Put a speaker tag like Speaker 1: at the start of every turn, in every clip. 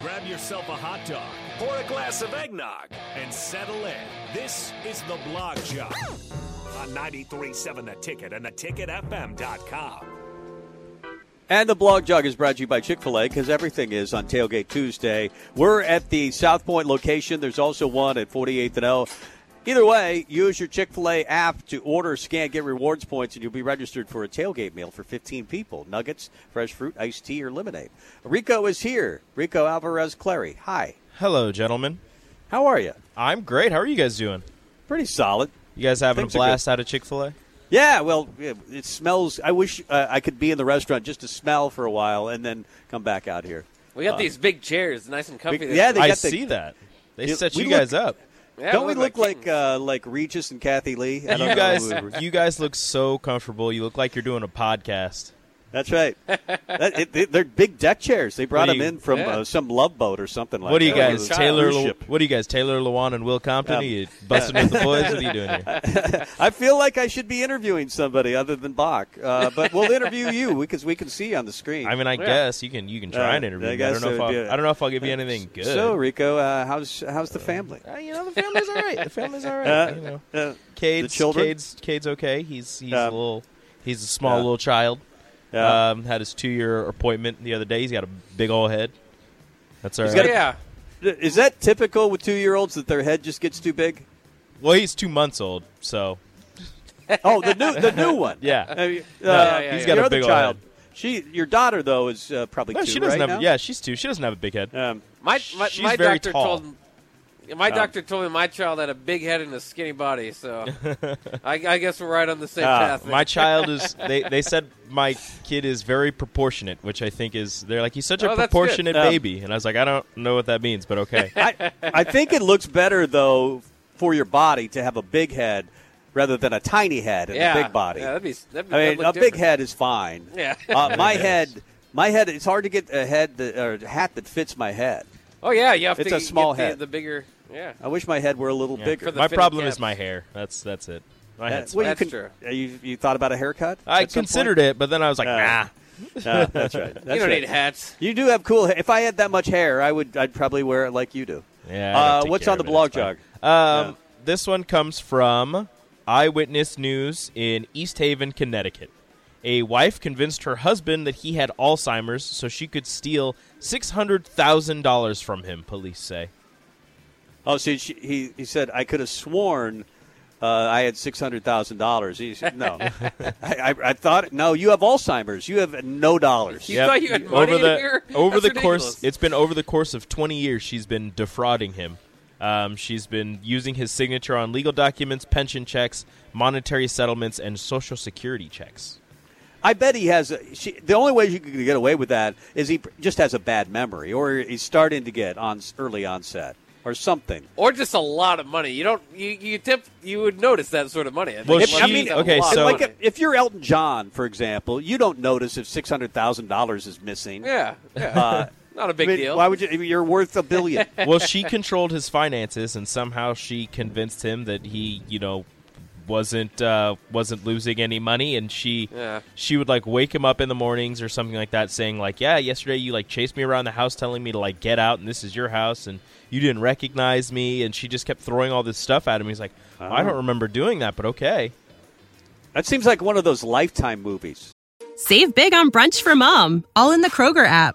Speaker 1: Grab yourself a hot dog or a glass of eggnog and settle in. This is the Blog Job on 93.7 The Ticket and theticketfm.com.
Speaker 2: And the blog jog is brought to you by Chick fil A because everything is on Tailgate Tuesday. We're at the South Point location. There's also one at 48th and O. Either way, use your Chick fil A app to order, scan, get rewards points, and you'll be registered for a tailgate meal for 15 people nuggets, fresh fruit, iced tea, or lemonade. Rico is here. Rico Alvarez Clary. Hi.
Speaker 3: Hello, gentlemen.
Speaker 2: How are you?
Speaker 3: I'm great. How are you guys doing?
Speaker 2: Pretty solid.
Speaker 3: You guys having
Speaker 2: Things
Speaker 3: a
Speaker 2: are
Speaker 3: blast out of Chick Fil A?
Speaker 2: Yeah, well, it it smells. I wish uh, I could be in the restaurant just to smell for a while and then come back out here.
Speaker 4: We got these big chairs, nice and comfy.
Speaker 2: we- Uh, yeah, They
Speaker 3: I
Speaker 2: got the-
Speaker 3: see that. They
Speaker 2: You-
Speaker 3: set
Speaker 2: we
Speaker 3: you guys
Speaker 2: look-
Speaker 3: up.
Speaker 4: Yeah,
Speaker 2: Don't we
Speaker 4: we look
Speaker 2: look
Speaker 4: like
Speaker 2: like uh, like Regis and Kathy Lee? I don't know
Speaker 3: You guys,
Speaker 2: who we were-
Speaker 3: you guys look so comfortable. You look like you're doing a podcast.
Speaker 2: That's right. That, it, they, they're big deck chairs. They brought
Speaker 3: What do
Speaker 2: them
Speaker 3: you-
Speaker 2: in from
Speaker 4: Yeah.
Speaker 2: uh, some love boat or something like
Speaker 3: What do you
Speaker 2: that.
Speaker 3: guys,
Speaker 2: It was a
Speaker 3: Taylor?
Speaker 2: cruise
Speaker 3: Lu-
Speaker 2: ship.
Speaker 3: what do you guys, Taylor Lewan and Will Compton?
Speaker 2: Um,
Speaker 3: are you busting with the boys? What are you doing here?
Speaker 2: I feel like I should be interviewing somebody other than Bach, uh, but we'll interview you because we can see you on the screen.
Speaker 3: I mean, I guess you can you can try
Speaker 2: Uh,
Speaker 3: and interview.
Speaker 2: I
Speaker 3: me. I,
Speaker 2: guess
Speaker 3: don't know if
Speaker 2: so,
Speaker 3: I'll,
Speaker 2: yeah.
Speaker 3: I don't know if I'll give you anything good.
Speaker 2: so Rico, uh, how's how's the family?
Speaker 3: Uh, you know, the family's all right. The family's all right.
Speaker 2: Uh,
Speaker 3: you know,
Speaker 2: Uh,
Speaker 3: Cade's,
Speaker 2: children?
Speaker 3: Cade's Cade's okay. He's he's a
Speaker 2: Um,
Speaker 3: little he's a small
Speaker 2: yeah.
Speaker 3: little child.
Speaker 2: Yeah.
Speaker 3: Um, had his two year appointment the other day. He's got a big old head. That's all right.
Speaker 2: got a-
Speaker 4: yeah.
Speaker 2: is that typical with two year olds that their head just gets too big?
Speaker 3: well, he's two months old, so
Speaker 2: Oh, the new the new one.
Speaker 3: Yeah.
Speaker 2: I mean, uh,
Speaker 3: Yeah,
Speaker 4: yeah, He's yeah.
Speaker 3: got
Speaker 2: your
Speaker 3: a
Speaker 2: other
Speaker 3: big old
Speaker 2: child.
Speaker 3: head.
Speaker 2: She, your daughter though, is uh, probably
Speaker 3: no,
Speaker 2: two
Speaker 3: she doesn't
Speaker 2: right
Speaker 3: have.
Speaker 2: now.
Speaker 3: Yeah, she's two. She doesn't have a big head.
Speaker 2: Um,
Speaker 4: My my,
Speaker 3: She's
Speaker 4: my
Speaker 3: very
Speaker 4: doctor
Speaker 3: tall.
Speaker 4: told
Speaker 2: Uh,
Speaker 4: my doctor told me my child had a big head and a skinny body, so I, I guess we're right on the same
Speaker 2: Ah,
Speaker 4: path.
Speaker 3: My child is. They, they said my kid is very proportionate, which I think is. They're like he's such
Speaker 4: Oh,
Speaker 3: a
Speaker 4: that's good.
Speaker 3: proportionate
Speaker 2: Um,
Speaker 3: baby, and I was like, I don't know what that means, but okay.
Speaker 2: I, I think it looks better though for your body to have a big head rather than a tiny head and
Speaker 4: yeah,
Speaker 2: a big body.
Speaker 4: Yeah, that'd be, that'd be,
Speaker 2: I
Speaker 4: that'd
Speaker 2: mean,
Speaker 4: look
Speaker 2: a big
Speaker 4: different.
Speaker 2: head is fine.
Speaker 4: Yeah.
Speaker 2: Uh, my head, my head. It's hard to get a head that, or a hat that fits my head.
Speaker 4: Oh yeah, you have
Speaker 2: It's
Speaker 4: to
Speaker 2: a small
Speaker 4: get the-
Speaker 2: head. Oh,
Speaker 4: The, bigger, yeah.
Speaker 2: I wish my head were a little
Speaker 3: Yeah.
Speaker 2: bigger.
Speaker 4: For the
Speaker 3: my
Speaker 4: fitted
Speaker 3: problem
Speaker 4: caps.
Speaker 3: is my hair. That's that's it. My
Speaker 2: Uh,
Speaker 3: head's
Speaker 2: well, you
Speaker 4: That's
Speaker 2: can-
Speaker 4: true.
Speaker 2: uh, You, you thought about a haircut?
Speaker 3: I considered it, but then I was like,
Speaker 2: Uh,
Speaker 3: nah.
Speaker 2: that's right. That's
Speaker 4: you don't
Speaker 2: right.
Speaker 4: need hats.
Speaker 2: You do have cool. ha- If I had that much hair, I would. I'd probably wear it like you do.
Speaker 3: Yeah. I don't
Speaker 2: Uh,
Speaker 3: take
Speaker 2: what's
Speaker 3: care
Speaker 2: on the
Speaker 3: of it.
Speaker 2: blog Uh,
Speaker 3: It's
Speaker 2: jog?
Speaker 3: fine. Um, This one comes from Eyewitness News in East Haven, Connecticut. A wife convinced her husband that he had Alzheimer's so she could steal $600,000 from him, police say.
Speaker 2: Oh, see, she, he he said I could have sworn uh, I had six hundred thousand dollars. He said, no, I, I, I thought no. You have Alzheimer's. You have no dollars.
Speaker 4: You thought you had money
Speaker 3: over the
Speaker 4: in here?
Speaker 3: over the
Speaker 4: That's
Speaker 3: course
Speaker 4: ridiculous.
Speaker 3: it's been over the course of 20 years she's been defrauding him um, she's been using his signature on legal documents pension checks monetary settlements and social security checks
Speaker 2: I bet he has. A, she, the only way you could get away with that is he just has a bad memory, or he's starting to get on early onset, or something.
Speaker 4: or just a lot of money. You don't you, you tip you would notice that sort of money. I think
Speaker 3: Well,
Speaker 4: a lot
Speaker 3: she-
Speaker 4: of people have a
Speaker 3: okay,
Speaker 4: lot of
Speaker 3: so-
Speaker 2: like
Speaker 4: money.
Speaker 2: if, if you're Elton John, for example, you don't notice if six hundred thousand dollars is missing.
Speaker 4: yeah, yeah.
Speaker 2: Uh,
Speaker 4: Not a big
Speaker 2: I mean,
Speaker 4: deal.
Speaker 2: Why would you? You're worth a billion.
Speaker 3: well, she controlled his finances, and somehow she convinced him that he, you know, wasn't uh, wasn't losing any money, and she
Speaker 4: Yeah.
Speaker 3: she would like wake him up in the mornings or something like that, saying like, "Yeah, yesterday you like chased me around the house, telling me to like get out, and this is your house, and you didn't recognize me," and she just kept throwing all this stuff at him. He's like, "I don't remember doing that, but okay."
Speaker 2: that seems like one of those lifetime movies.
Speaker 5: Save big on brunch for mom, all in the Kroger app.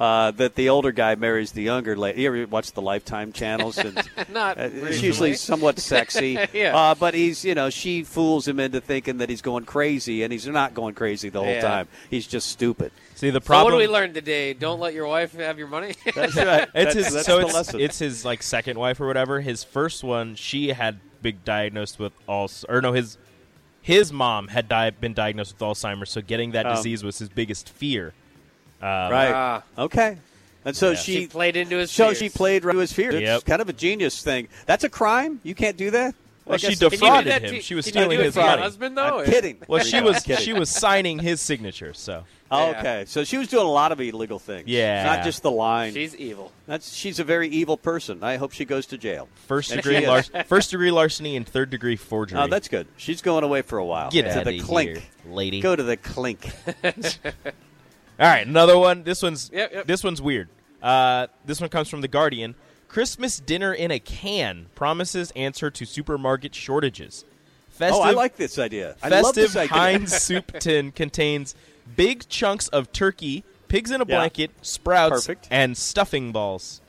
Speaker 2: Uh, that the older guy marries the younger lady. You ever watch the Lifetime channels? And
Speaker 4: Not
Speaker 2: uh, it's
Speaker 4: really.
Speaker 2: usually somewhat sexy.
Speaker 4: Yeah.
Speaker 2: uh, but he's you know she fools him into thinking that he's going crazy, and he's not going crazy the whole
Speaker 4: Yeah.
Speaker 2: time. He's just stupid.
Speaker 3: See the
Speaker 4: So what
Speaker 3: problem.
Speaker 4: do we learn today? Don't let your wife have your money.
Speaker 2: That's right.
Speaker 3: It's
Speaker 2: That's-
Speaker 3: his
Speaker 2: that's
Speaker 3: so
Speaker 2: the
Speaker 3: it's,
Speaker 2: lesson.
Speaker 3: it's his like second wife or whatever. His first one, she had been diagnosed with all or no his his mom had di- been diagnosed with Alzheimer's, so getting that
Speaker 2: Um,
Speaker 3: disease was his biggest fear.
Speaker 2: right. okay. And so she,
Speaker 4: Uh, she played into his.
Speaker 2: so
Speaker 4: fears.
Speaker 2: she played right to his fears. It's
Speaker 3: Yep.
Speaker 2: kind of a genius thing. That's a crime. You can't do that.
Speaker 3: Well,
Speaker 2: I
Speaker 3: she
Speaker 2: guess-
Speaker 3: def-
Speaker 4: Can you do
Speaker 3: defrauded
Speaker 4: that
Speaker 3: him.
Speaker 4: to-
Speaker 3: She was
Speaker 4: can you do
Speaker 3: stealing
Speaker 4: it
Speaker 3: his
Speaker 4: to your
Speaker 3: money.
Speaker 4: Husband though.
Speaker 2: I'm kidding.
Speaker 3: Well, she was
Speaker 2: kidding.
Speaker 3: she was signing his signature, so
Speaker 2: Oh,
Speaker 4: Yeah.
Speaker 2: okay, so she was doing a lot of illegal things.
Speaker 3: Yeah.
Speaker 2: not just the line.
Speaker 4: She's evil.
Speaker 2: That's she's a very evil person. I hope she goes to jail.
Speaker 3: first
Speaker 2: And
Speaker 3: degree
Speaker 2: she
Speaker 3: lar-
Speaker 2: is.
Speaker 3: first degree larceny and third degree forgery.
Speaker 2: Oh, that's good. She's going away for a while.
Speaker 3: Get
Speaker 2: to
Speaker 3: outta
Speaker 2: the clink,
Speaker 3: here, lady.
Speaker 2: Go to the clink.
Speaker 3: All right, another one. This one's
Speaker 4: Yep, yep.
Speaker 3: this one's weird. Uh, this one comes from the Guardian. Christmas dinner in a can promises answer to supermarket shortages. Festive,
Speaker 2: oh, I like this idea. I love
Speaker 3: festive
Speaker 2: this idea.
Speaker 3: Heinz soup tin contains big chunks of turkey, pigs in a
Speaker 2: Yeah.
Speaker 3: blanket, sprouts,
Speaker 2: Perfect.
Speaker 3: and stuffing balls.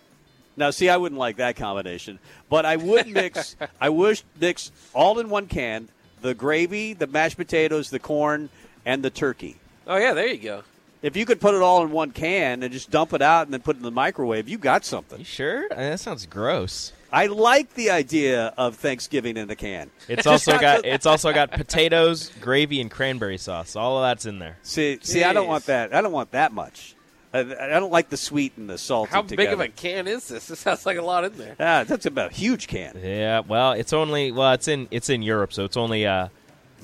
Speaker 2: Now, see, I wouldn't like that combination, but I would mix. I wish mix all in one can: the gravy, the mashed potatoes, the corn, and the turkey.
Speaker 4: Oh yeah, there you go.
Speaker 2: If you could put it all in one can and just dump it out and then put it in the microwave, you got something.
Speaker 3: sure? That sounds gross.
Speaker 2: I like the idea of Thanksgiving in the can.
Speaker 3: It's also got it's also got potatoes, gravy, and cranberry sauce. All of that's in there.
Speaker 2: See, see, I don't
Speaker 4: Jeez.
Speaker 2: want that. I don't want that much. I, I don't like the sweet and the salty.
Speaker 4: How big of
Speaker 2: together.
Speaker 4: a can is this? This sounds like a lot in there.
Speaker 2: Ah, that's about a huge can.
Speaker 3: Yeah, well, it's only well, it's in it's in Europe, so it's only uh,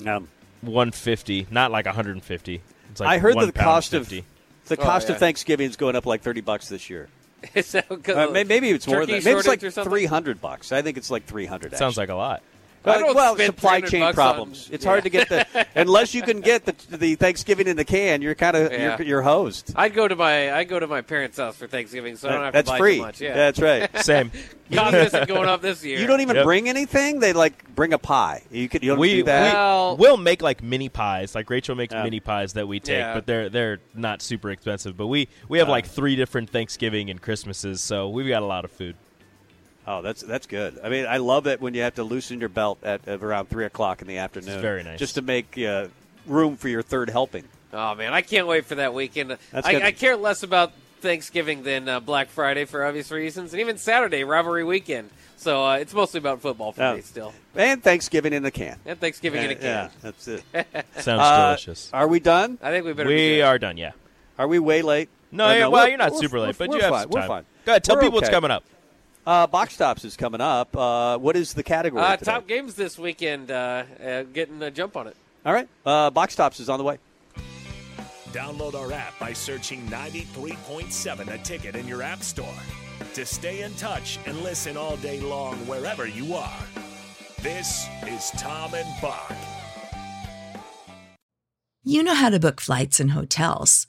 Speaker 2: Um,
Speaker 3: 150, not like 150. It's like
Speaker 2: I heard that
Speaker 3: one
Speaker 2: the
Speaker 3: pound
Speaker 2: cost
Speaker 3: 50.
Speaker 2: of the cost
Speaker 4: Oh, yeah.
Speaker 2: of Thanksgiving is going up like thirty bucks this year.
Speaker 4: Is that because
Speaker 2: Uh,
Speaker 4: of
Speaker 2: may- maybe it's more
Speaker 4: turkey
Speaker 2: than that. maybe it's like
Speaker 4: shortage or something?
Speaker 2: three hundred bucks. I think it's like three hundred.
Speaker 3: sounds like a lot.
Speaker 4: I don't
Speaker 2: well,
Speaker 4: spend
Speaker 2: supply
Speaker 4: 300
Speaker 2: chain
Speaker 4: bucks
Speaker 2: problems.
Speaker 4: on-
Speaker 2: it's hard to get the unless you can get the, the Thanksgiving in the can. You're kind of
Speaker 4: Yeah.
Speaker 2: you're, you're hosed.
Speaker 4: I'd go to my I go to my parents' house for Thanksgiving, so I don't have
Speaker 2: That's
Speaker 4: to buy
Speaker 2: free.
Speaker 4: too much. Yeah,
Speaker 2: That's right.
Speaker 3: Same.
Speaker 4: cost isn't going up this year.
Speaker 2: You don't even
Speaker 3: Yep.
Speaker 2: bring anything. They like bring a pie. You could you don't
Speaker 3: we
Speaker 2: do that.
Speaker 4: Well-
Speaker 3: we will make like mini pies. Like Rachel makes
Speaker 2: Yeah.
Speaker 3: mini pies that we take,
Speaker 4: Yeah.
Speaker 3: but they're they're not super expensive. But we
Speaker 2: Uh.
Speaker 3: we have like three different Thanksgiving and Christmases, so we've got a lot of food.
Speaker 2: Oh, that's that's good. I mean, I love it when you have to loosen your belt at, at around three o'clock in the afternoon.
Speaker 3: very nice.
Speaker 2: just to make uh, room for your third helping.
Speaker 4: Oh man, I can't wait for that weekend.
Speaker 2: That's
Speaker 4: I,
Speaker 2: good.
Speaker 4: I care less about Thanksgiving than uh, Black Friday for obvious reasons, and even Saturday rivalry weekend. So uh, it's mostly about football for
Speaker 2: Oh.
Speaker 4: me still,
Speaker 2: and Thanksgiving in the can.
Speaker 4: and Thanksgiving in a
Speaker 2: Uh,
Speaker 4: can.
Speaker 2: yeah, that's it.
Speaker 3: Sounds
Speaker 2: Uh,
Speaker 3: delicious.
Speaker 2: Are we done?
Speaker 4: I think we better. be
Speaker 3: We
Speaker 4: good.
Speaker 3: are done. Yeah.
Speaker 2: Are we way late?
Speaker 3: No,
Speaker 2: Uh,
Speaker 3: yeah, well,
Speaker 2: we're-
Speaker 3: you're not
Speaker 2: we're-
Speaker 3: super late,
Speaker 2: we're-
Speaker 3: but
Speaker 2: we're
Speaker 3: you have
Speaker 2: fine.
Speaker 3: some
Speaker 2: We're
Speaker 3: time.
Speaker 2: fine.
Speaker 3: Go ahead, tell
Speaker 2: We're
Speaker 3: people what's
Speaker 2: okay.
Speaker 3: coming up.
Speaker 2: Uh, box tops is coming up. Uh, what is the category?
Speaker 4: Uh,
Speaker 2: today?
Speaker 4: top games this weekend. Uh, uh, getting a jump on it.
Speaker 2: All right, uh, box tops is on the way.
Speaker 1: Download our app by searching 93.7 a ticket in your app store to stay in touch and listen all day long wherever you are. This is Tom and Bach.
Speaker 6: You know how to book flights and hotels.